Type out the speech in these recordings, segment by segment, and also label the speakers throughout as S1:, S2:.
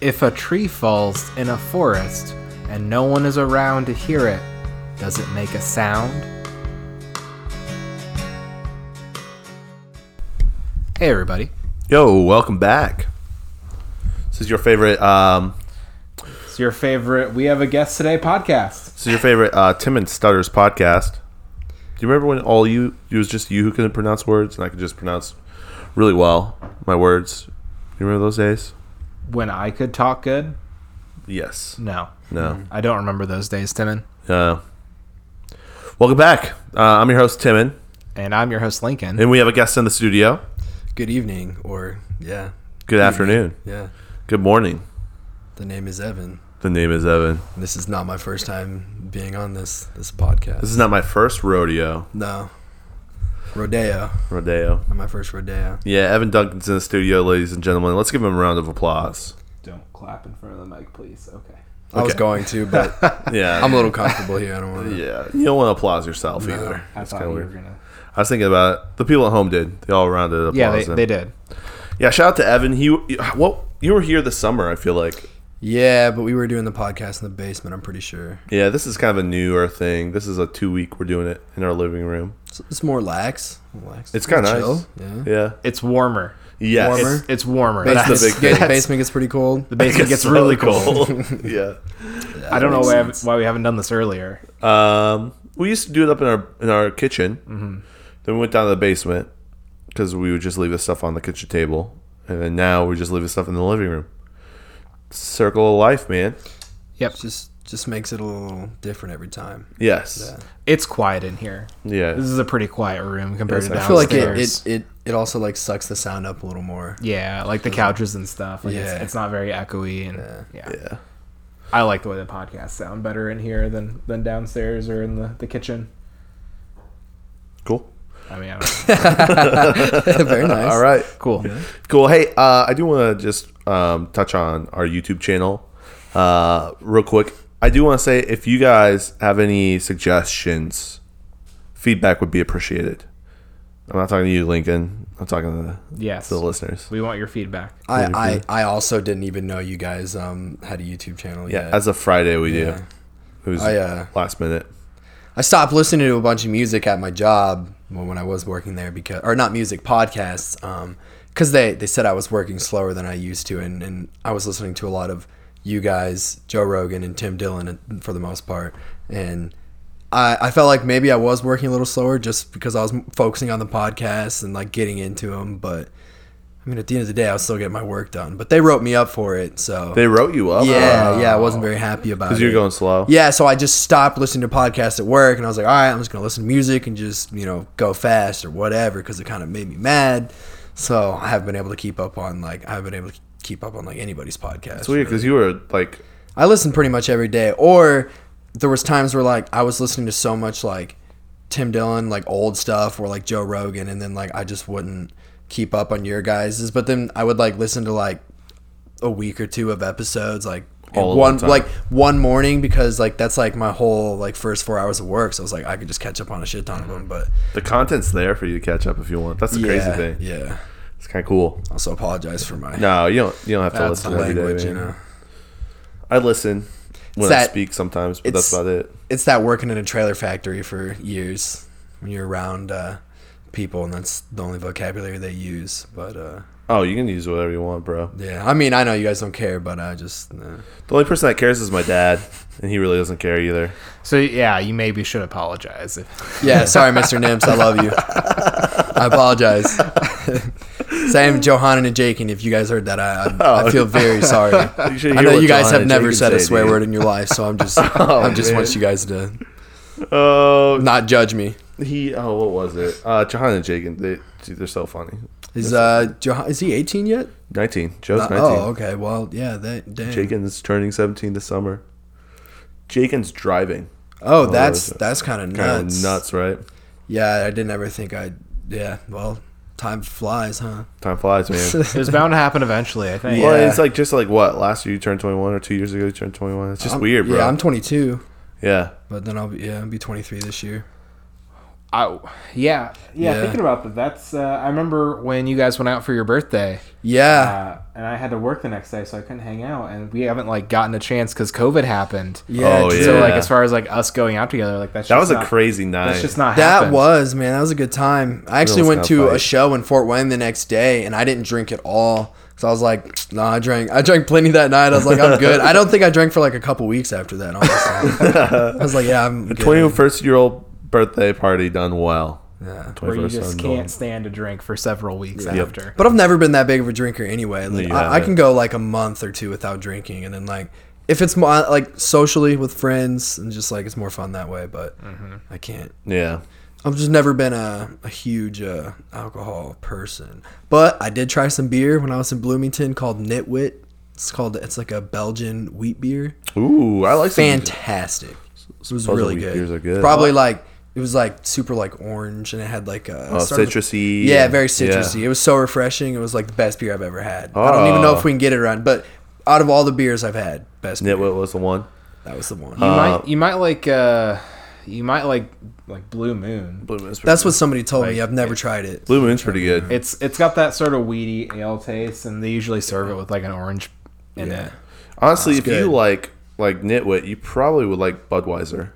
S1: If a tree falls in a forest and no one is around to hear it, does it make a sound? Hey, everybody.
S2: Yo, welcome back. This is your favorite. Um,
S1: It's your favorite We Have a Guest Today podcast.
S2: this is your favorite uh, Tim and Stutters podcast. Do you remember when all you it was just you who couldn't pronounce words, and I could just pronounce really well my words? You remember those days?
S1: When I could talk good?
S2: Yes.
S1: No.
S2: No.
S1: I don't remember those days, Timon.
S2: Uh, welcome back. Uh, I'm your host Timon,
S1: And I'm your host, Lincoln.
S2: and we have a guest in the studio.
S3: Good evening, or yeah,
S2: Good afternoon.
S3: yeah.
S2: Good morning.
S3: The name is Evan.
S2: The name is Evan.
S3: This is not my first time being on this this podcast.
S2: This is not my first rodeo.
S3: no rodeo.
S2: Rodeo.
S3: Not my first rodeo.
S2: Yeah, Evan Duncan's in the studio, ladies and gentlemen. Let's give him a round of applause.
S1: Don't clap in front of the mic, please. Okay.
S3: I was going to, but
S2: Yeah.
S3: I'm a little comfortable here. I don't want to.
S2: Yeah, you don't want to applause yourself either.
S1: I
S2: That's
S1: thought you
S2: kind of
S1: were going
S2: weird.
S1: to.
S2: I was thinking about it. The people at home did. They all rounded applause.
S1: Yeah, they,
S2: in.
S1: they did.
S2: Yeah, shout out to Evan. He, well, you were here this summer. I feel like.
S3: Yeah, but we were doing the podcast in the basement. I'm pretty sure
S2: Yeah, this is kind of a newer thing. This is a two week. We're doing it in our living room.
S3: it's, it's more lax. Relax.
S2: It's kinda
S3: Chill,
S2: nice.
S3: Yeah.
S2: Yeah.
S1: It's warmer.
S2: Yes.
S3: Warmer.
S2: It's-
S1: It's warmer.
S2: That's the
S3: Basement,
S2: big
S3: gets,
S2: thing.
S3: basement gets pretty cold.
S1: the basement gets really cold.
S2: yeah.
S1: I don't know why, I've- why we haven't done this earlier.
S2: Um, we used to do it up in our in our kitchen.
S1: Mm-hmm.
S2: Then we went down to the basement because we would just leave the stuff on the kitchen table, and then now we just leave the stuff in the living room. Circle of life, man.
S1: Yep.
S3: Just just makes it a little different every time.
S2: Yes.
S3: Yeah.
S1: It's quiet in here.
S2: Yeah.
S1: This is a pretty quiet room compared
S2: Yes,
S1: to
S2: I
S3: I feel
S1: downstairs.
S3: like it, it it it also like sucks the sound up a little more.
S1: yeah, like the couches and stuff. Like it's,
S3: Yeah.
S1: it's not very echoey, and yeah.
S2: Yeah.
S1: I like the way the podcasts sound better in here than than downstairs or in the, the kitchen.
S2: Cool.
S1: I mean, I don't
S3: Very nice.
S2: All right.
S1: cool.
S2: Cool. Hey, uh, I do want to just um, touch on our YouTube channel uh, real quick. I do want to say if you guys have any suggestions, feedback would be appreciated. I'm not talking to you, Lincoln. I'm talking to the,
S1: Yes.
S2: to the listeners.
S1: We want your feedback.
S3: I, I, I also didn't even know you guys um, had a YouTube channel
S2: Yeah,
S3: yet.
S2: as of Friday we
S3: Yeah.
S2: do. It was
S3: I, uh,
S2: last minute.
S3: I stopped listening to a bunch of music at my job when when I was working there because, or not music podcasts, because they they said I was working slower than I used to, and and I was listening to a lot of you guys, Joe Rogan and Tim Dillon and- for the most part, and. I, I felt like maybe I was working a little slower just because I was m- focusing on the podcast and like getting into them. But I mean, at the end of the day, I was still getting my work done. But they wrote me up for it, so
S2: They wrote you up. Uh,
S3: Yeah, yeah, I wasn't very happy about it.
S2: Because you're going slow.
S3: Yeah, so I just stopped listening to podcasts at work, and I was like, all right, I'm just gonna listen to music and just you know go fast or whatever, because it kind of made me mad. So I haven't been able to keep up on like I haven't been able to keep up on like anybody's podcast.
S2: It's weird because you were like,
S3: I listen pretty much every day. Or there was times where like I was listening to so much like Tim Dillon, like old stuff, or like Joe Rogan, and then like I just wouldn't keep up on your guys's. But then I would like listen to like a week or two of episodes, like in
S2: All at
S3: one
S2: one time.
S3: like one morning because like that's like my whole like first four hours of work. So I was like I could just catch up on a shit ton of them. But
S2: the content's there for you to catch up if you want. That's the
S3: yeah,
S2: crazy thing.
S3: yeah.
S2: It's kind of cool.
S3: Also apologize for my
S2: No, you don't. You don't have to
S1: That's
S2: listen every day.
S3: language. you
S2: man.
S3: know,
S2: I listen when
S3: It's
S2: I
S3: that-
S2: speak sometimes, but that's
S3: it's-
S2: about it.
S3: it's that working in a trailer factory for years when you're around uh, people and that's the only vocabulary they use but uh,
S2: Oh, you can use whatever you want, bro.
S3: yeah i mean i know you guys don't care but i just uh,
S2: The only person that cares is my dad, and he really doesn't care either.
S1: So yeah, you maybe should apologize. If,
S3: yeah sorry mr nims i love you i apologize same johanna and jakin if you guys heard that i, I, I feel very sorry
S2: Oh. You should
S3: i
S2: hear
S3: know
S2: what
S3: you guys
S2: John
S3: have
S2: and
S3: never
S2: Jacob
S3: said a
S2: say,
S3: swear
S2: dude. Oh,
S3: word in your life so i'm just i just
S2: man.
S3: want you guys to
S2: Oh,
S3: not judge me
S2: he. Oh, what was it? Uh, Johanna and Jacob. They, dude, they're so funny.
S3: is uh Joh- is he 18 yet
S2: Nineteen. Joe's
S3: Uh,
S2: nineteen.
S3: oh okay well yeah that damn.
S2: Jacon's turning 17 this summer. Jacon's driving.
S3: Oh, that's
S2: those-
S3: that's kind of
S2: Kind
S3: nuts.
S2: of nuts, right?
S3: Yeah, I didn't ever think I'd. Yeah, well, time flies, huh?
S2: Time flies, man.
S1: it was bound to happen eventually. I think.
S3: Yeah.
S2: Well, it's like just like what last year you turned 21 or two years ago you turned 21. It's just
S3: I'm-
S2: weird, bro.
S3: Yeah, I'm 22,
S2: yeah.
S3: but then I'll be yeah, I'll be 23 this year.
S1: I, yeah, yeah,
S3: Yeah.
S1: Thinking about that, that's. Uh, I remember when you guys went out for your birthday,
S3: Yeah.
S1: uh, and I had to work the next day, so I couldn't hang out, and we haven't like gotten a chance because COVID happened.
S3: yeah.
S2: Oh,
S3: dude.
S1: So
S2: yeah.
S1: like, as far as like us going out together, like that's
S2: That
S1: just
S2: was
S1: not-
S2: a crazy night.
S1: That's just not
S3: That
S1: happened.
S3: was man, that was a good time. I actually
S2: was
S3: went
S2: kinda
S3: to a
S2: tight.
S3: show in Fort Wayne the next day, and I didn't drink at all because I was like, "Nah, I drank. I drank plenty that night. I was like, I'm good. I don't think I drank for like a couple weeks after that. Honestly, I was like, yeah, I'm good.
S2: Twenty-first year old birthday party done well.
S3: Yeah.
S1: where you
S2: 21st
S1: just
S2: done
S1: can't stand a drink for several weeks after.
S3: But I've never been that big of a drinker anyway. Like,
S2: you
S3: I, I can
S2: haven't.
S3: go like a month or two without drinking, and then like if it's more like socially with friends and just like it's more fun that way. But
S2: Mm-hmm.
S3: I can't.
S2: well. Yeah.
S3: I've just never been a, a huge uh, alcohol person, but I did try some beer when I was in Bloomington called Nitwit. It's called it's like a Belgian wheat beer.
S2: Ooh, I like some-
S3: Fantastic. It was
S2: Supposedly
S3: really
S2: wheat
S3: good.
S2: beers are good.
S3: Probably like it was like super like orange and it had like a
S2: uh,
S3: started with-
S2: citrusy.
S3: Yeah,
S2: and-
S3: very citrusy.
S2: yeah.
S3: It was so refreshing. It was like the best beer I've ever had. I don't even know
S2: Oh.
S3: if we can get it around, but out of all the beers I've had, best beer.
S2: Nitwit was the one.
S3: That was the one.
S2: Uh,
S1: You might you might like uh, you might like like Blue Moon.
S2: Blue Moon's pretty
S3: That's
S2: good.
S3: what somebody told me.
S1: Like,
S3: I've never tried it.
S2: Blue Moon's pretty good.
S1: It's it's got that sort of weedy ale taste, and they usually serve it with like an orange in
S3: Yeah.
S1: it.
S2: Honestly, if
S3: good.
S2: you like like Nitwit, you probably would like Budweiser.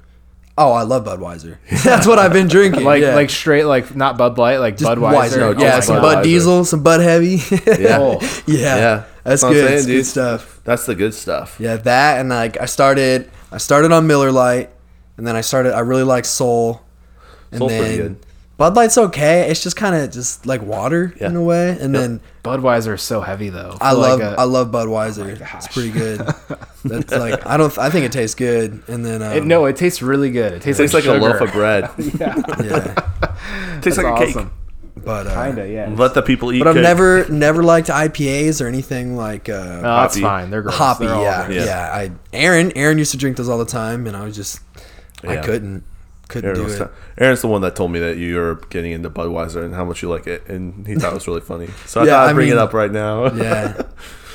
S3: Oh, I love Budweiser. That's what I've been drinking.
S1: Like
S3: yeah.
S1: like straight like not Bud Light, like
S3: Just
S1: Budweiser.
S3: Weiser.
S1: Oh
S3: yeah,
S1: my
S2: just
S3: some
S1: God.
S3: Bud
S2: Budweiser.
S3: Diesel, some Bud Heavy. yeah.
S1: Oh.
S2: Yeah. That's
S3: That's
S2: what I'm
S3: good.
S2: saying,
S3: It's good
S2: dude.
S3: stuff.
S2: That's the good stuff.
S3: Yeah, that and like I started I started on Miller Lite and then I started I really like Soul. And
S2: Soul's
S3: then
S2: pretty good.
S3: Bud Light's okay. It's just kind of just like water
S2: Yeah.
S3: in a way. And then
S1: Budweiser is so heavy though.
S3: I
S1: For,
S3: love
S1: like, uh, oh a-
S3: I love Budweiser. it's pretty good. That's like I don't I think it tastes good. And then um,
S1: it, no, it tastes really good. It tastes,
S2: Tastes like a
S1: sugar.
S2: loaf of bread.
S3: yeah,
S2: Tastes
S1: It's
S2: like a
S1: awesome.
S2: cake.
S3: but uh,
S1: Kinda, yeah.
S2: Let the people eat.
S3: But I've
S2: cake.
S3: never never liked IPAs or anything like uh,
S1: No, that's
S2: Hoppy.
S1: fine. Oh, They're gross.
S3: hoppy.
S1: They're all
S3: Yeah,
S1: gross.
S3: yeah, I Aaron Aaron used to drink those all the time, and I was just I
S2: Yeah.
S3: couldn't couldn't
S2: Aaron
S3: do
S2: was
S3: it.
S2: t- Aaron's the one that told me that you were getting into Budweiser and how much you like it, and he thought it was really funny. So I
S3: Yeah,
S2: thought
S3: I
S2: I'd bring
S3: mean-
S2: it up right now.
S3: yeah,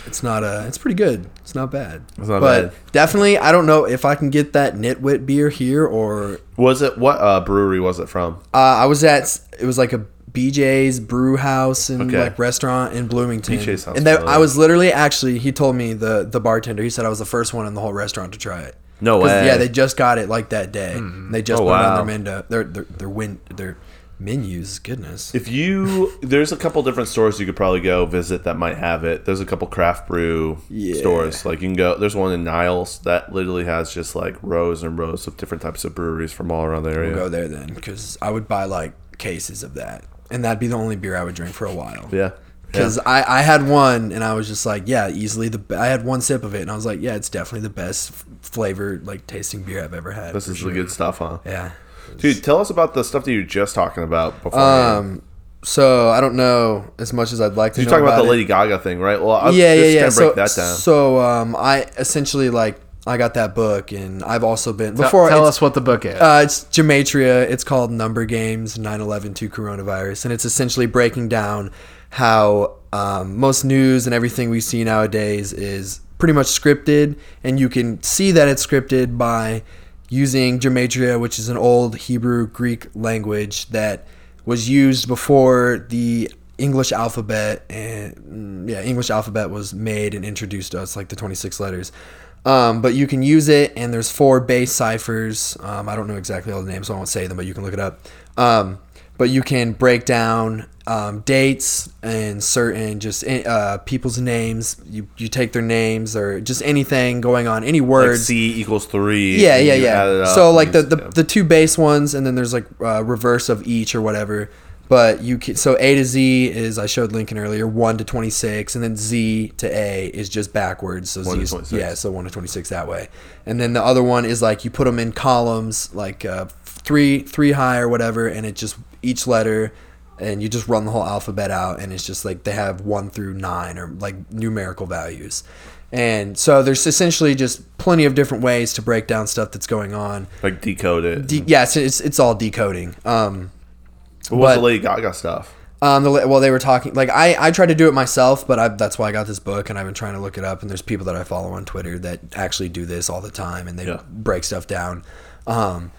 S3: it's not uh It's pretty good. It's not bad.
S2: It's not
S3: but
S2: bad.
S3: definitely, I don't know if I can get that nitwit beer here or
S2: Was it what uh, brewery was it from?
S3: uh, I was at. It was like a BJ's brew house and
S2: Okay.
S3: like restaurant in Bloomington.
S2: BJ's sounds
S3: and then
S2: familiar.
S3: I was literally actually. He told me the the bartender. He said I was the first one in the whole restaurant to try it.
S2: No
S3: 'Cause,
S2: way.
S3: Yeah, they just got it like that day. They just
S2: Oh,
S3: put it on
S2: wow.
S3: their menu. Their their their, win, their menus. Goodness.
S2: If you there's a couple different stores you could probably go visit that might have it. There's a couple craft brew
S3: Yeah.
S2: stores like you can go. There's one in Niles that literally has just like rows and rows of different types of breweries from all around the area.
S3: We'll go there then because I would buy like cases of that, and that'd be the only beer I would drink for a while.
S2: Yeah,
S3: Because I, I had one and I was just like, yeah, easily the. Be- I had one sip of it and I was like, yeah, it's definitely the best f- flavored like tasting beer I've ever had.
S2: this
S3: for
S2: is
S3: sure.
S2: the good stuff, huh?
S3: Yeah.
S2: Dude, tell us about the stuff that you were just talking about before.
S3: Um. So I don't know as much as I'd like to.
S2: you
S3: know
S2: talk about,
S3: about
S2: the
S3: it.
S2: Lady Gaga thing, right? Well, i
S3: yeah, yeah,
S2: just
S3: yeah.
S2: Kind of
S3: So,
S2: break that down.
S3: so um, I essentially like I got that book, and I've also been
S1: Tell-
S3: before.
S1: tell
S3: it's-
S1: us what the book is.
S3: Uh, it's Gematria. It's called Number Games 911 to Coronavirus, and it's essentially breaking down how um, most news and everything we see nowadays is pretty much scripted, and you can see that it's scripted by using Gematria, which is an old Hebrew Greek language that was used before the English alphabet and mm, yeah, English alphabet was made and introduced to us like the 26 letters. Um, but you can use it, and there's four base ciphers. Um, I don't know exactly all the names, so I won't say them, but you can look it up. Um, but you can break down um, dates and certain just uh, people's names. You, you take their names or just anything going on, any
S2: like
S3: words.
S2: C equals three.
S3: Yeah,
S2: and
S3: yeah,
S2: you add it
S3: yeah.
S2: up
S3: So
S2: and
S3: like the
S2: you-
S3: the,
S2: yeah.
S3: the two base ones, and then there's like uh, reverse of each or whatever. But you can so A to Z is I showed Lincoln earlier one to twenty six, and then Z to A is just backwards. So
S2: to
S3: Z is,
S2: 26.
S3: yeah, so one to twenty six that way, and then the other one is like you put them in columns like uh, three three high or whatever, and it just each letter. And you just run the whole alphabet out, and it's just like they have one through nine or like numerical values. And so there's essentially just plenty of different ways to break down stuff that's going on.
S2: like decode it.
S3: De- yeah, it's, it's it's all decoding. Um,
S2: what was
S3: but-
S2: the Lady Gaga stuff?
S3: um, the, la- well, they were talking like I I tried to do it myself, but I, that's why I got this book, and I've been trying to look it up. And there's people that I follow on Twitter that actually do this all the time, and they
S2: Yeah.
S3: break stuff down. Um,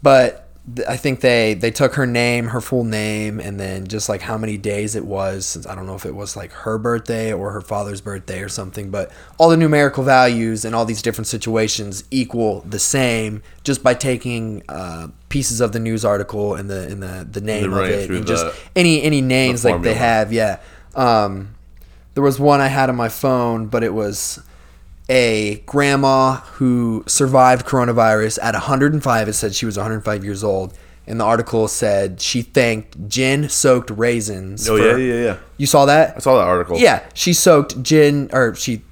S3: but th- I think they they took her name, her full name, and then just like how many days it was since I don't know if it was like her birthday or her father's birthday or something, but all the numerical values and all these different situations equal the same just by taking uh, pieces of the news article and the and the the name of
S2: running
S3: it
S2: through
S3: and just
S2: the-
S3: any any names like
S2: formula.
S3: they have. Yeah. Um, there was one I had on my phone, but it was a grandma who survived coronavirus at 105. It said she was 105 years old. And the article said she thanked gin soaked raisins.
S2: Oh, yeah,
S3: for-
S2: yeah, yeah.
S3: You saw
S2: I
S3: that?
S2: saw that article.
S3: Yeah. She soaked gin, or she thanked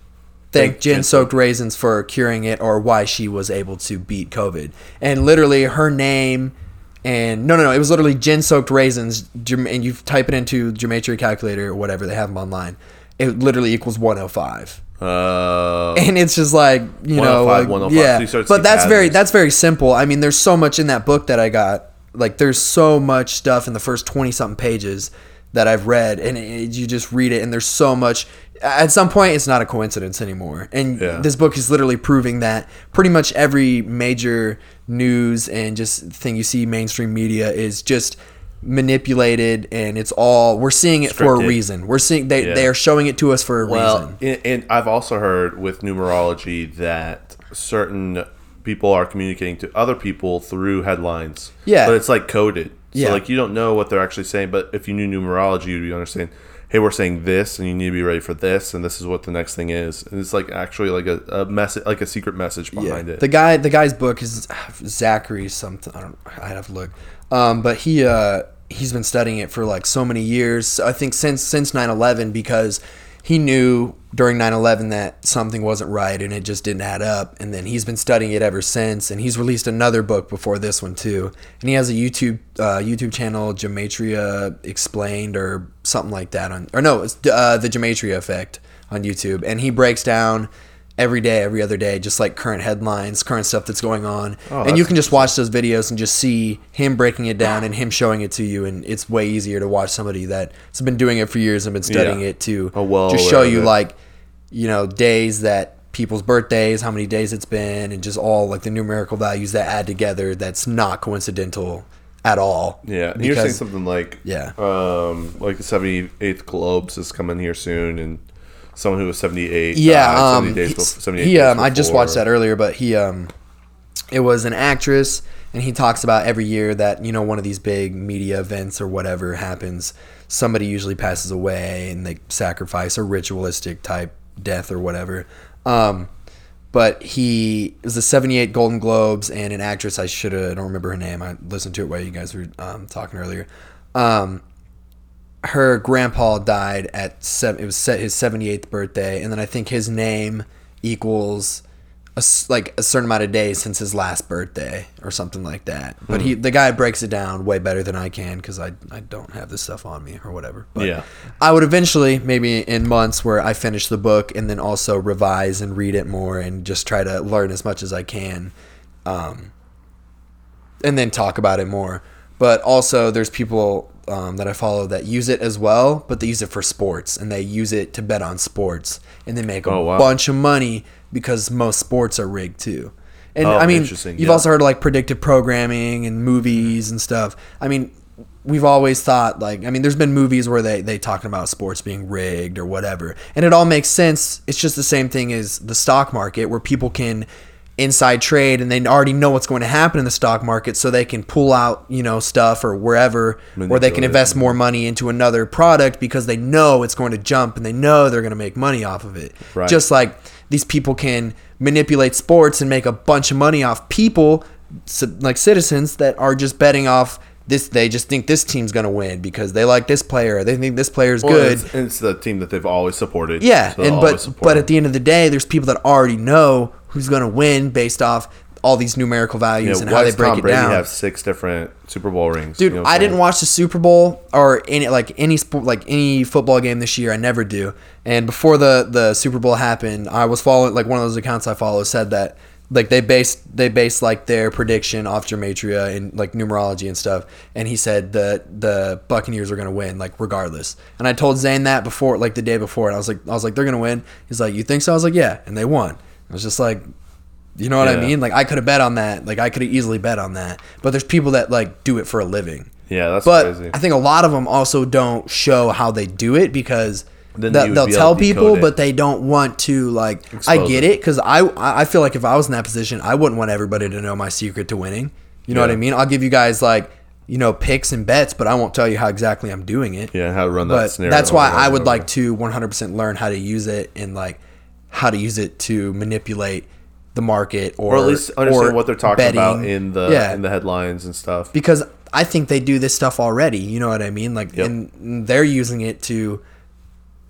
S2: Thanked
S3: gin soaked raisins for curing it or why she was able to beat COVID. And literally her name. And no, no, no. It was literally gin soaked raisins. Germ- And you type it into Gematria calculator or whatever. They have them online. It literally equals 105
S2: Uh,
S3: and it's just like you know
S2: 105,
S3: like,
S2: 105.
S3: yeah
S2: So you start
S3: but
S2: seeing
S3: that's very
S2: patterns.
S3: that's very simple i mean there's so much in that book that i got like there's so much stuff in the first 20 something pages that i've read and it, you just read it and there's so much at some point it's not a coincidence anymore and
S2: Yeah.
S3: this book is literally proving that pretty much every major news and just thing you see mainstream media is just manipulated and it's all we're seeing it for a
S2: Scripted.
S3: reason we're seeing they,
S2: Yeah.
S3: they are showing it to us for a reason
S2: well, and, and I've also heard with numerology that certain people are communicating to other people through headlines.
S3: Yeah.
S2: But it's like coded. So,
S3: Yeah.
S2: like, you don't know what they're actually saying. But if you knew numerology, you'd understand, hey, we're saying this, and you need to be ready for this, and this is what the next thing is. And it's like actually like a, a message, like a secret message behind it.
S3: The guy, the guy's book is Zachary something. I don't. I'd have to look. Um, but he uh, he's been studying it for like so many years. I think since since 9/11 because he knew during 9/11 that something wasn't right and it just didn't add up. And then he's been studying it ever since. And he's released another book before this one too. And he has a YouTube uh, YouTube channel, Gematria Explained or something like that on or no, it's uh, the Gematria Effect on YouTube. And he breaks down every day, every other day, just like current headlines, current stuff that's going on.
S2: Oh,
S3: and you
S2: that's
S3: can just watch those videos and just see him breaking it down and him showing it to you. And it's way easier to watch somebody that's been doing it for years and been studying
S2: Yeah.
S3: it to
S2: Oh, well
S3: just
S2: aware
S3: show
S2: of
S3: you
S2: it.
S3: like, you know, days that people's birthdays, how many days it's been, and just all like the numerical values that add together that's not coincidental at all.
S2: Yeah, and you're saying
S3: Because,
S2: something like
S3: Yeah.
S2: um, like the 78th Globes is coming here soon, and someone who was 78.
S3: Yeah,
S2: died
S3: um,
S2: 70 uh, days
S3: he's-
S2: bef- 78
S3: he,
S2: days
S3: um, I just
S2: before.
S3: watched that earlier, but he, um, it was an actress, and he talks about every year that you know one of these big media events or whatever happens, somebody usually passes away and they sacrifice a ritualistic type death or whatever. Um, but he it was the 78 Golden Globes and an actress I should have I don't remember her name. I listened to it while you guys were um, talking earlier. Um, her grandpa died at seven, it was set his 78th birthday and then i think his name equals a s like a certain amount of days since his last birthday or something like that but he the guy breaks it down way better than i can because I, I don't have this stuff on me or whatever but
S2: Yeah.
S3: i would eventually maybe in months where i finish the book and then also revise and read it more and just try to learn as much as i can um, and then talk about it more. But also, there's people um, that I follow that use it as well, but they use it for sports and they use it to bet on sports and they make a
S2: Oh, wow.
S3: bunch of money because most sports are rigged too. And
S2: Oh,
S3: I mean, you've
S2: interesting, yeah.
S3: also heard of like predictive programming and movies and stuff. I mean, we've always thought like I mean, there's been movies where they they talking about sports being rigged or whatever, and it all makes sense. It's just the same thing as the stock market where people can inside trade and they already know what's going to happen in the stock market so they can pull out you know stuff or wherever or they can
S2: Manipulate it.
S3: invest more money into another product because they know it's going to jump and they know they're going to make money off of it
S2: Right.
S3: just just like these people can manipulate sports and make a bunch of money off people ci- like citizens that are just betting off this they just think this team's going to win because they like this player they think this player's
S2: Well,
S3: good
S2: It's, it's the team that they've always supported.
S3: yeah
S2: so they'll
S3: and
S2: always
S3: but
S2: support
S3: but
S2: them.
S3: at the end of the day there's people that already know who's going to win based off all these numerical
S2: You
S3: values
S2: know,
S3: and
S2: why
S3: how they
S2: does
S3: break
S2: Tom
S3: it
S2: Brady
S3: down
S2: have six different Super Bowl rings?
S3: Dude,
S2: You know what
S3: I
S2: I'm
S3: didn't
S2: saying?
S3: watch the Super Bowl or any like any sport like any football game this year. I never do. And before the the Super Bowl happened, I was following like one of those accounts I follow said that like they based they based like their prediction off gematria and like numerology and stuff. And he said that the Buccaneers were gonna win like regardless. And I told Zane that before like the day before, and I was like I was like they're gonna win. He's like you think so? I was like yeah, and they won. It was just like You know what I
S2: Yeah.
S3: mean? Like I could have bet on that. Like I could have easily bet on that. But there's people that like do it for a living.
S2: Yeah, that's
S3: but
S2: crazy.
S3: I think a lot of them also don't show how they do it because
S2: Then
S3: th-
S2: you would
S3: they'll
S2: be able
S3: tell
S2: to decode
S3: people,
S2: it.
S3: but they don't want to. Like I
S2: Expose
S3: get
S2: it.
S3: it because I I I feel like if I was in that position, I wouldn't want everybody to know my secret to winning. You know what
S2: Yeah.
S3: I mean? I'll give you guys like you know picks and bets, but I won't tell you how exactly I'm doing it
S2: Yeah, how to run that
S3: but
S2: scenario.
S3: that's why
S2: over and
S3: I would
S2: over.
S3: like to 100% learn how to use it and like how to use it to manipulate the market or,
S2: or at least understand
S3: or
S2: what they're talking about
S3: betting.
S2: in the
S3: yeah
S2: in the headlines and stuff.
S3: because I think they do this stuff already. You know what I mean? Like
S2: Yep.
S3: and they're using it to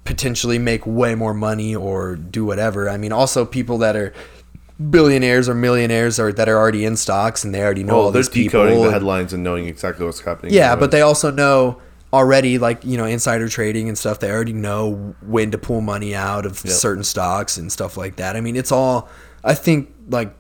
S3: potentially make way more money or do whatever. I mean, also people that are billionaires or millionaires or that are already in stocks and they already know
S2: Oh,
S3: all
S2: they're
S3: these people.
S2: decoding the
S3: and-
S2: headlines and knowing exactly what's happening.
S3: yeah,
S2: around.
S3: but they also know already, like you know, insider trading and stuff. They already know when to pull money out of certain stocks and stuff like that. I mean, it's all. I think like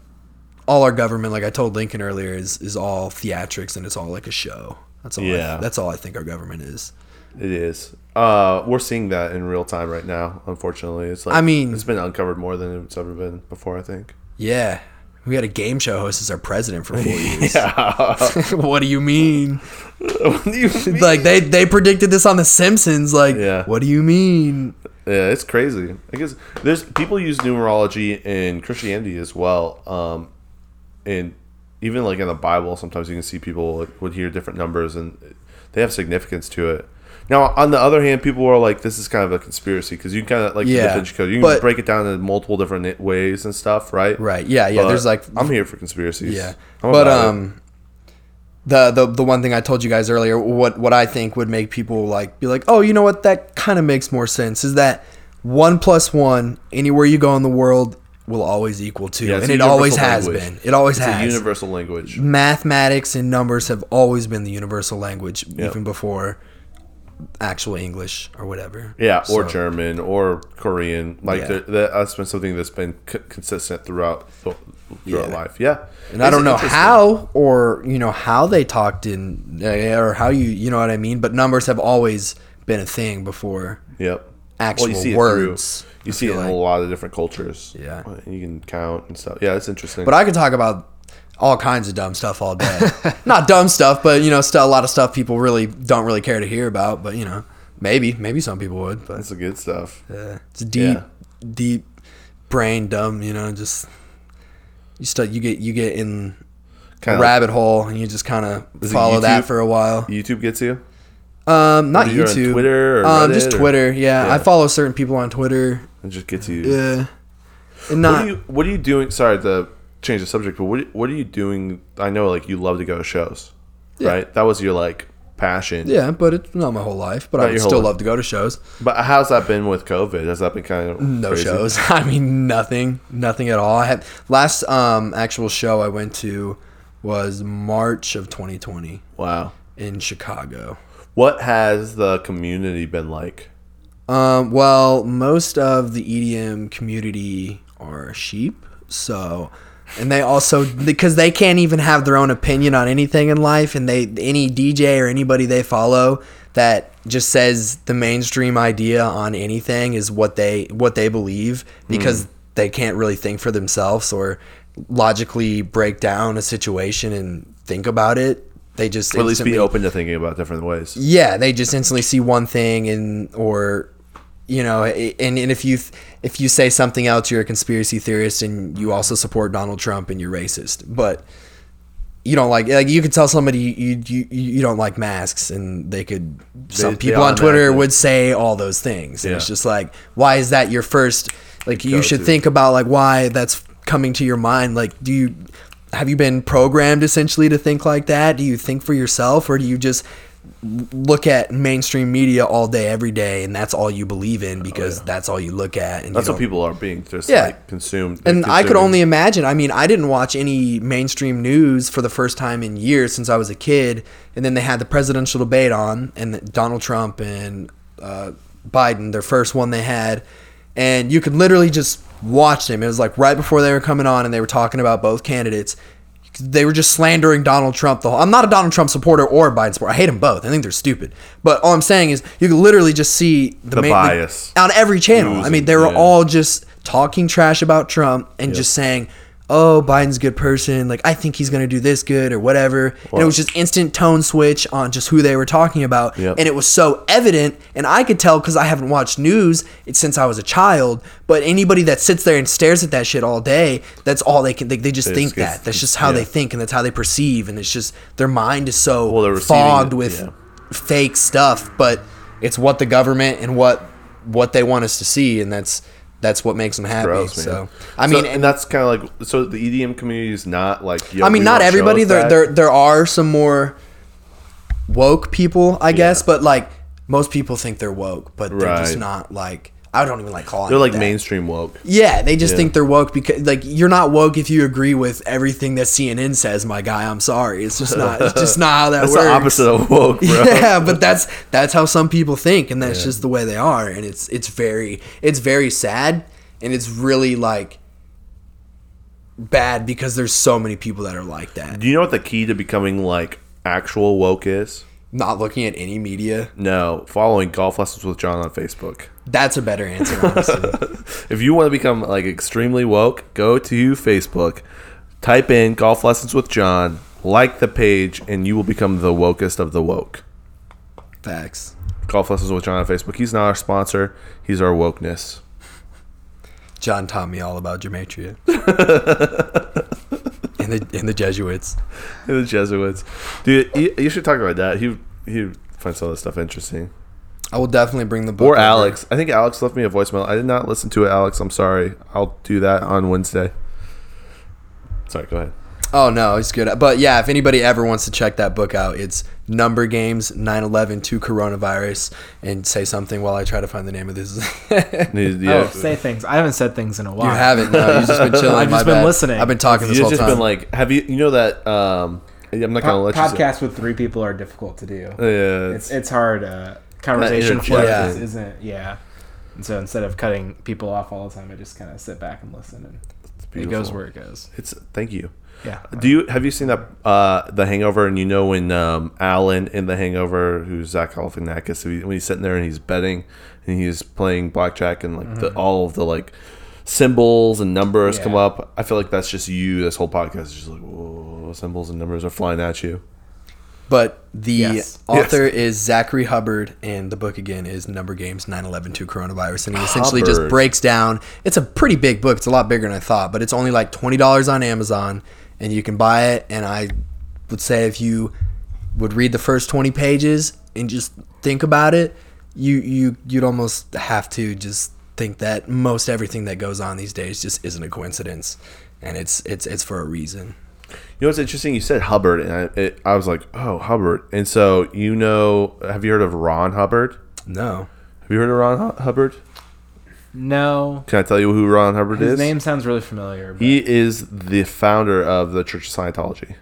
S3: all our government, like I told Lincoln earlier, is is all theatrics and it's all like a show. That's all.
S2: Yeah.
S3: I, that's all I think our government is.
S2: it is. Uh, we're seeing that in real time right now. Unfortunately, it's like
S3: I mean-
S2: it's been uncovered more than it's ever been before. I think.
S3: Yeah. We had a game show host as our president for four years.
S2: Yeah.
S3: what do you mean?
S2: What do you mean?
S3: Like they they predicted this on The Simpsons. Like,
S2: Yeah.
S3: what do you mean?
S2: Yeah, it's crazy. I guess there's people use numerology in Christianity as well, um, and even like in the Bible, sometimes you can see people like, would hear different numbers and they have significance to it. Now, on the other hand, people are like, "This is kind of a conspiracy" because you kind of like the
S3: Yeah,
S2: Da Vinci Code. You can
S3: but-
S2: break it down in multiple different ni- ways and stuff, right?
S3: Right. Yeah. Yeah.
S2: But
S3: there's like
S2: I'm here for conspiracies.
S3: Yeah,
S2: I'm about
S3: but
S2: it.
S3: um, the the the one thing I told you guys earlier, what what I think would make people like be like, oh, you know what, that kind of makes more sense. Is that one plus one anywhere you go in the world will always equal two,
S2: Yeah, it's
S3: and
S2: a
S3: it always
S2: universal
S3: has
S2: language.
S3: been. It always
S2: it's a
S3: has.
S2: universal language.
S3: Mathematics and numbers have always been the universal language,
S2: Yep.
S3: even before actual English or whatever.
S2: Yeah, or
S3: So-
S2: German or Korean. Like
S3: Yeah.
S2: there- that, that's been something that's been c- consistent throughout th- throughout
S3: Yeah.
S2: life. Yeah,
S3: And I
S2: It's
S3: don't know
S2: interesting.
S3: how or you know how they talked in uh, or how you you know what I mean, but numbers have always been a thing before
S2: Yep.
S3: actual
S2: it through-
S3: words.
S2: you
S3: I
S2: see it
S3: feel
S2: in
S3: like.
S2: a lot of different cultures.
S3: Yeah.
S2: you can count and stuff. Yeah, it's interesting.
S3: But I could talk about all kinds of dumb stuff all day. Not dumb stuff, but you know, still a lot of stuff people really don't really care to hear about. But you know, maybe maybe some people would. But
S2: that's the good stuff.
S3: uh, it's deep,
S2: Yeah.
S3: deep brain dumb. You know, just you start you get you get in
S2: Kinda
S3: a rabbit hole and you just kind of
S2: Is it
S3: follow
S2: YouTube?
S3: that for a while.
S2: like YouTube gets you.
S3: Um, not
S2: You're on
S3: YouTube,
S2: Twitter or
S3: um, just
S2: Reddit or-
S3: Twitter. Yeah,
S2: Yeah.
S3: I follow certain people on Twitter.
S2: It just gets you.
S3: Yeah, and
S2: What
S3: not
S2: are you What are you doing? Sorry to change the subject, but what What are you doing? I know, like you love to go to shows, right? That was your like passion.
S3: yeah, but it's not my whole life. But
S2: Not
S3: I would
S2: your whole
S3: still
S2: life.
S3: love to go to shows.
S2: But how's that been with COVID? Has that been kind of
S3: No
S2: crazy?
S3: shows. I mean, nothing, nothing at all. I had last um actual show I went to was March of 2020
S2: Wow.
S3: in Chicago.
S2: What has the community been like?
S3: Um, well, most of the EDM community are sheep, so and they also because they can't even have their own opinion on anything in life, and they any DJ or anybody they follow that just says the mainstream idea on anything is what they what they believe
S2: Mm.
S3: because they can't really think for themselves or logically break down a situation and think about it. They just
S2: Or at least be
S3: instantly-
S2: open to thinking about different ways.
S3: yeah they just instantly see one thing and or you know i- and, and if you if you say something else you're a conspiracy theorist and you also support donald trump and you're racist but you don't like like you could tell somebody you you, you, you don't like masks and they could some
S2: they
S3: people on twitter
S2: automatically-
S3: would say all those things and it's
S2: Yeah.
S3: just like why is that your first like you should
S2: Go-to.
S3: think about like why that's coming to your mind like do you have you been programmed essentially to think like that do you think for yourself or do you just look at mainstream media all day every day and that's all you believe in because that's all you look at and
S2: That's
S3: you
S2: what
S3: don't-
S2: people are being just
S3: Yeah.
S2: like consumed.
S3: and I could
S2: consuming.
S3: only imagine. I mean, I didn't watch any mainstream news for the first time in years since I was a kid. And then they had the presidential debate on, and Donald Trump and uh, Biden, their first one they had. And you could literally just watch them. It was like right before they were coming on, and they were talking about both candidates. They were just slandering Donald Trump. The whole, I'm not a Donald Trump supporter or a Biden supporter. I hate them both. I think they're stupid. But all I'm saying is, you could literally just see the,
S2: The
S3: main-
S2: bias.
S3: on every channel. I
S2: Losing,
S3: mean, they were
S2: yeah.
S3: all all just talking trash about Trump and just saying, oh, Biden's a good person. Like, I think he's going to do this good or whatever. And it was just instant tone switch on just who they were talking about.
S2: Yep.
S3: And it was so evident. And I could tell because I haven't watched news it- since I was a child. But anybody that sits there and stares at that shit all day, that's all they can, they, they just think
S2: it's-
S3: that. That's just how
S2: yeah.
S3: they think and that's how they perceive. And it's just their mind is so
S2: Well, they're receiving
S3: fogged
S2: it,
S3: with
S2: yeah.
S3: fake stuff, but it's what the government and what what they want us to see, and that's that's what makes them happy.
S2: Gross, man.
S3: so I mean,
S2: and that's kind of like so the EDM community is not like. Yo,
S3: I mean,
S2: we
S3: not
S2: don't show
S3: everybody.
S2: us
S3: There,
S2: that.
S3: there, there are some more woke people, I guess, but like most people think they're woke, but they're just
S2: Right.
S3: not like. I don't even like calling.
S2: they're
S3: it
S2: like
S3: that.
S2: mainstream woke.
S3: Yeah, they just
S2: Yeah.
S3: think they're woke because like you're not woke if you agree with everything that CNN says. My guy, I'm sorry, it's just not. It's just not how that
S2: That's
S3: works.
S2: the opposite of woke, bro.
S3: Yeah, but that's that's how some people think, and that's just the way they are, and it's it's very it's very sad, and it's really like bad because there's so many people that are like that.
S2: Do you know what the key to becoming like actual woke is?
S3: Not looking at any media.
S2: No, following golf lessons with John on Facebook.
S3: That's a better answer. Honestly.
S2: If you want to become like extremely woke, go to Facebook, type in golf lessons with John, like the page, and you will become the wokest of the woke.
S3: Facts.
S2: Golf lessons with John on Facebook. He's not our sponsor. He's our wokeness.
S3: John taught me all about gematria and the and the Jesuits.
S2: the Jesuits, dude. You, you should talk about that. He he finds all this stuff interesting.
S3: I will definitely bring the book.
S2: Or
S3: over.
S2: Alex. I think Alex left me a voicemail. I did not listen to it, Alex. I'm sorry. I'll do that on Wednesday. Sorry, go ahead.
S3: Oh no, it's good. But yeah, if anybody ever wants to check that book out, it's Number Games 9/11 to Coronavirus and say something while I try to find the name of this. you
S2: Yeah.
S1: Oh, say things. I haven't said things in a while.
S3: haven't. No, you've just been chilling.
S1: I've
S3: my
S1: just been
S3: bad.
S1: listening.
S3: I've been talking this
S2: You've
S3: whole
S2: just
S3: time.
S2: been like, have you? You know that? Um, I'm not gonna
S1: Po-
S2: let you. say-
S1: podcasts with three people are difficult to do.
S2: Yeah,
S1: It's it's hard. Uh, conversation
S2: Not
S1: flow
S3: interjecting.
S1: just isn't. Yeah. And so instead of cutting people off all the time, I just kind of sit back and listen, and it goes
S2: beautiful.
S1: where it goes.
S2: It's thank you.
S1: Yeah.
S2: Do you have you seen that uh, the Hangover? And you know when um, Alan in the Hangover, who's Zach Galifianakis, when he- when he's sitting there and he's betting and he's playing blackjack and like the, all of the like symbols and numbers come
S1: Mm-hmm. Yeah.
S2: up. I feel like that's just you. This whole podcast is just like whoa, symbols and numbers are flying at you.
S3: but the
S1: Yes.
S3: author is Zachary Hubbard, and the book again is Number Games 9/11 to Coronavirus, and he essentially just
S2: Hubbard.
S3: breaks down. It's a pretty big book. It's a lot bigger than I thought, but it's only like twenty dollars on Amazon, and you can buy it. And I would say if you would read the first twenty pages and just think about it, you you you'd almost have to just think that most everything that goes on these days just isn't a coincidence, and it's it's it's for a reason.
S2: You know what's interesting? You said Hubbard, and I, it, I was like, oh Hubbard. And so you know, have you heard of Ron Hubbard?
S3: No.
S2: Have you heard of Ron Hu- Hubbard?
S1: No,
S2: Can I tell you who Ron Hubbard
S1: his
S2: is?
S1: name sounds really familiar. But
S2: He is the founder of the Church of Scientology.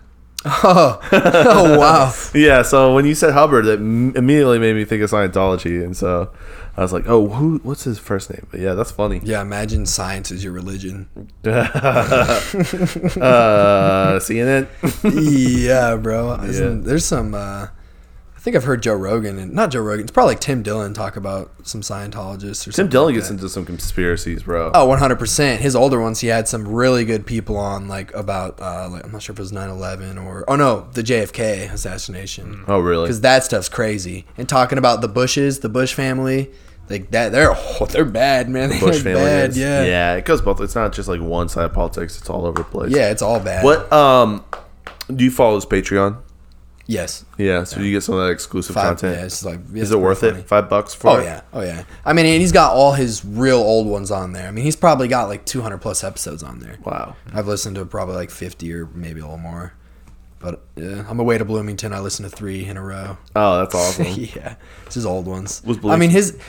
S3: Oh, oh wow.
S2: Yeah, so when you said Hubbard, it m- immediately made me think of Scientology, and so I was like, "Oh, who? What's his first name?" But yeah, that's funny.
S3: Yeah, imagine science is your religion.
S2: Uh, CNN.
S3: yeah, bro. Isn't-
S2: Yeah.
S3: There's some. Uh, I think I've heard Joe Rogan and not Joe Rogan. It's probably like Tim Dillon talk about some Scientologists or
S2: Tim
S3: something
S2: Dillon
S3: like
S2: gets
S3: that.
S2: into some conspiracies, bro.
S3: Oh, 100%. His older ones, he had some really good people on, like, about, uh, like, I'm not sure if it was 9 11 or, oh no, the JFK assassination.
S2: Oh, really?
S3: Because that stuff's crazy. And talking about the Bushes, the Bush family, like, that, they're oh, they're bad, man. They're
S2: Bush family.
S3: bad,
S2: is-
S3: yeah. yeah.
S2: yeah. It goes both. It's not just like one side of politics. It's all over the place.
S3: it's all bad.
S2: What? Um, do you follow his Patreon?
S3: Yes.
S2: Yeah. So you get some of that exclusive
S3: Five, yeah,
S2: content.
S3: it's like,
S2: Is it worth it? Five bucks for?
S3: Oh
S2: it?
S3: yeah, oh yeah. I mean, and he's got all his real old ones on there. I mean, he's probably got like 200 plus episodes on there.
S2: Wow.
S3: I've listened to probably like 50 or maybe a little more. But yeah, on my way to Bloomington, I listened to three in a row.
S2: Oh, that's awesome.
S3: yeah, it's his old ones.
S2: Was
S3: I mean, his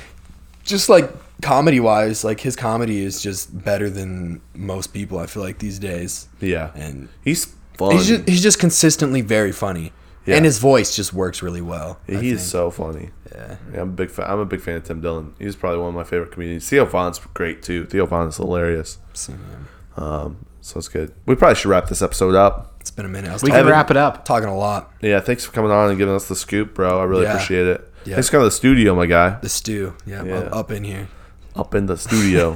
S3: just like comedy wise, like his comedy is just better than most people. I feel like these days,
S2: yeah.
S3: and
S2: he's fun.
S3: he's just he's just consistently very funny,
S2: Yeah.
S3: and his voice just works really well. I
S2: He is
S3: think.
S2: so funny.
S3: Yeah.
S2: Yeah, I'm a big fan. I'm a big fan of Tim Dillon. He's probably one of my favorite comedians. Theo Vaughn's great too. Theo Vaughn's hilarious.
S3: So, yeah.
S2: Um, so it's good. We probably should wrap this episode up.
S3: It's been a minute. I was
S1: we
S3: talking,
S1: can
S2: Evan-
S1: wrap it up.
S3: talking a lot.
S2: Yeah, thanks for coming on and giving us the scoop, bro. I really
S3: Yeah.
S2: appreciate it.
S3: Yeah.
S2: Thanks for coming to the studio, my guy.
S3: The stew, yeah,
S2: Yeah.
S3: Up, up in here.
S2: up in the studio.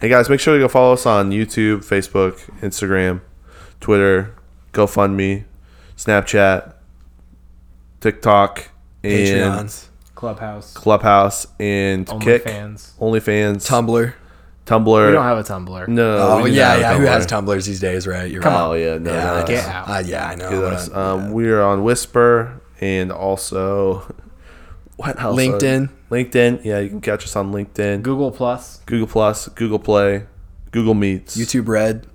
S2: hey guys, make sure to go follow us on YouTube, Facebook, Instagram, Twitter, GoFundMe, Snapchat, TikTok, and
S3: Patreon,
S1: Clubhouse,
S2: Clubhouse, and Kick,
S1: OnlyFans.
S2: OnlyFans,
S3: Tumblr.
S2: Tumblr.
S1: We don't have a Tumblr.
S2: no.
S3: Oh
S2: we do
S3: yeah,
S2: not have
S3: yeah. Who
S2: Tumblr.
S3: has Tumblrs these days, right? You're right.
S2: Oh yeah, no.
S3: Yeah,
S2: no,
S3: I
S2: no.
S1: Get
S3: know.
S1: out.
S3: Uh, yeah, I know.
S2: Get
S3: What
S2: us.
S3: a-
S2: Um, We are on Whisper and also what else?
S3: LinkedIn.
S2: LinkedIn. Yeah, you can catch us on LinkedIn,
S1: Google Plus.
S2: Google Plus, Google Play, Google Meets,
S3: YouTube Red.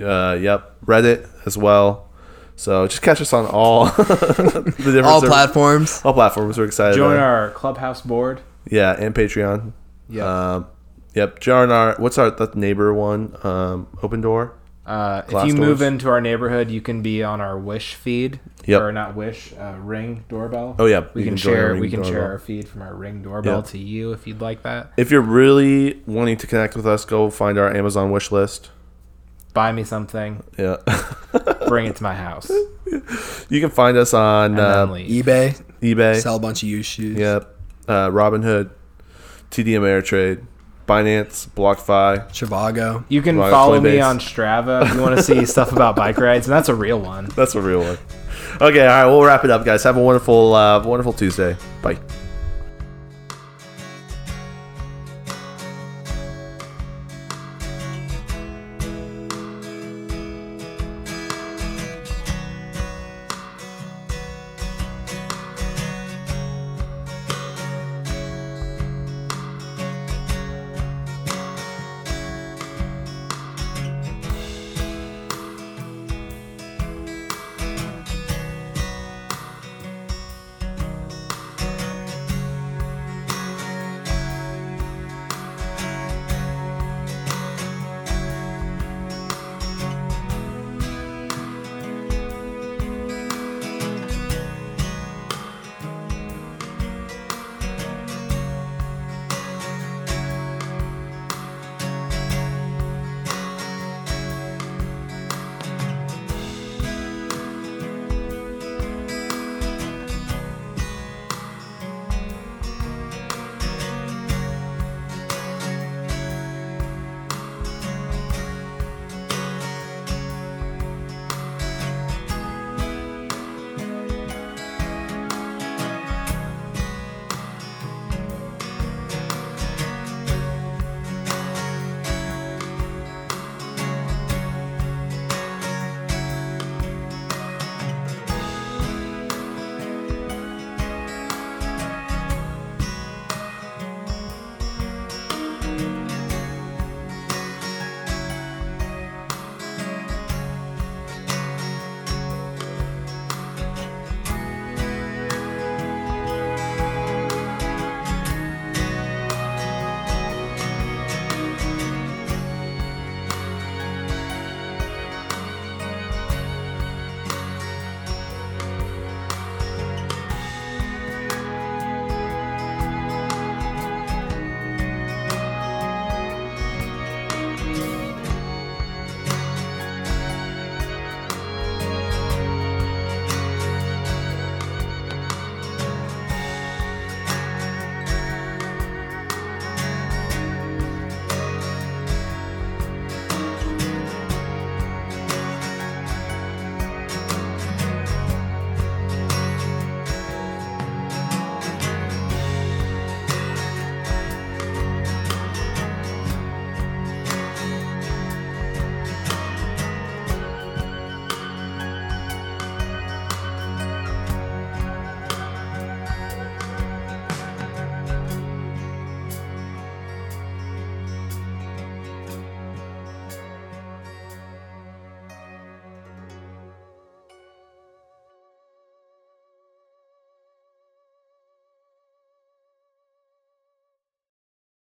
S2: Uh, yep, Reddit as well. So just catch us on all the different
S3: All
S2: serv-
S3: platforms.
S2: all platforms. We're excited.
S1: Join
S2: about.
S1: our Clubhouse board.
S2: yeah, and Patreon.
S1: Yeah.
S2: Um, yep. Join our what's our the neighbor one? Um, open door.
S1: Uh, if
S2: Glass
S1: you
S2: doors.
S1: move into our neighborhood, you can be on our Wish feed.
S2: Yep.
S1: Or not Wish, uh, Ring doorbell.
S2: Oh, yeah.
S1: We
S2: You
S1: can,
S2: can join our
S1: share.
S2: Ring
S1: We can share
S2: doorbell.
S1: our feed from our Ring doorbell
S2: Yep.
S1: to you if you'd like that.
S2: If you're really wanting to connect with us, go find our Amazon wish list.
S1: Buy me something.
S2: Yeah.
S1: Bring it to my house.
S2: Um, you can find us on
S1: And then
S2: uh,
S1: leave.
S3: eBay.
S2: eBay.
S3: Sell a bunch of used shoes.
S2: Yep. Uh, Robinhood, TD Ameritrade, Binance, BlockFi.
S3: Trivago.
S1: You can
S2: Well, I got
S1: follow me
S2: Coinbase.
S1: on Strava if you want to see stuff about bike rides, and that's a real one.
S2: That's a real one. Okay, all right, we'll wrap it up, guys. Have a wonderful, uh, wonderful Tuesday. Bye.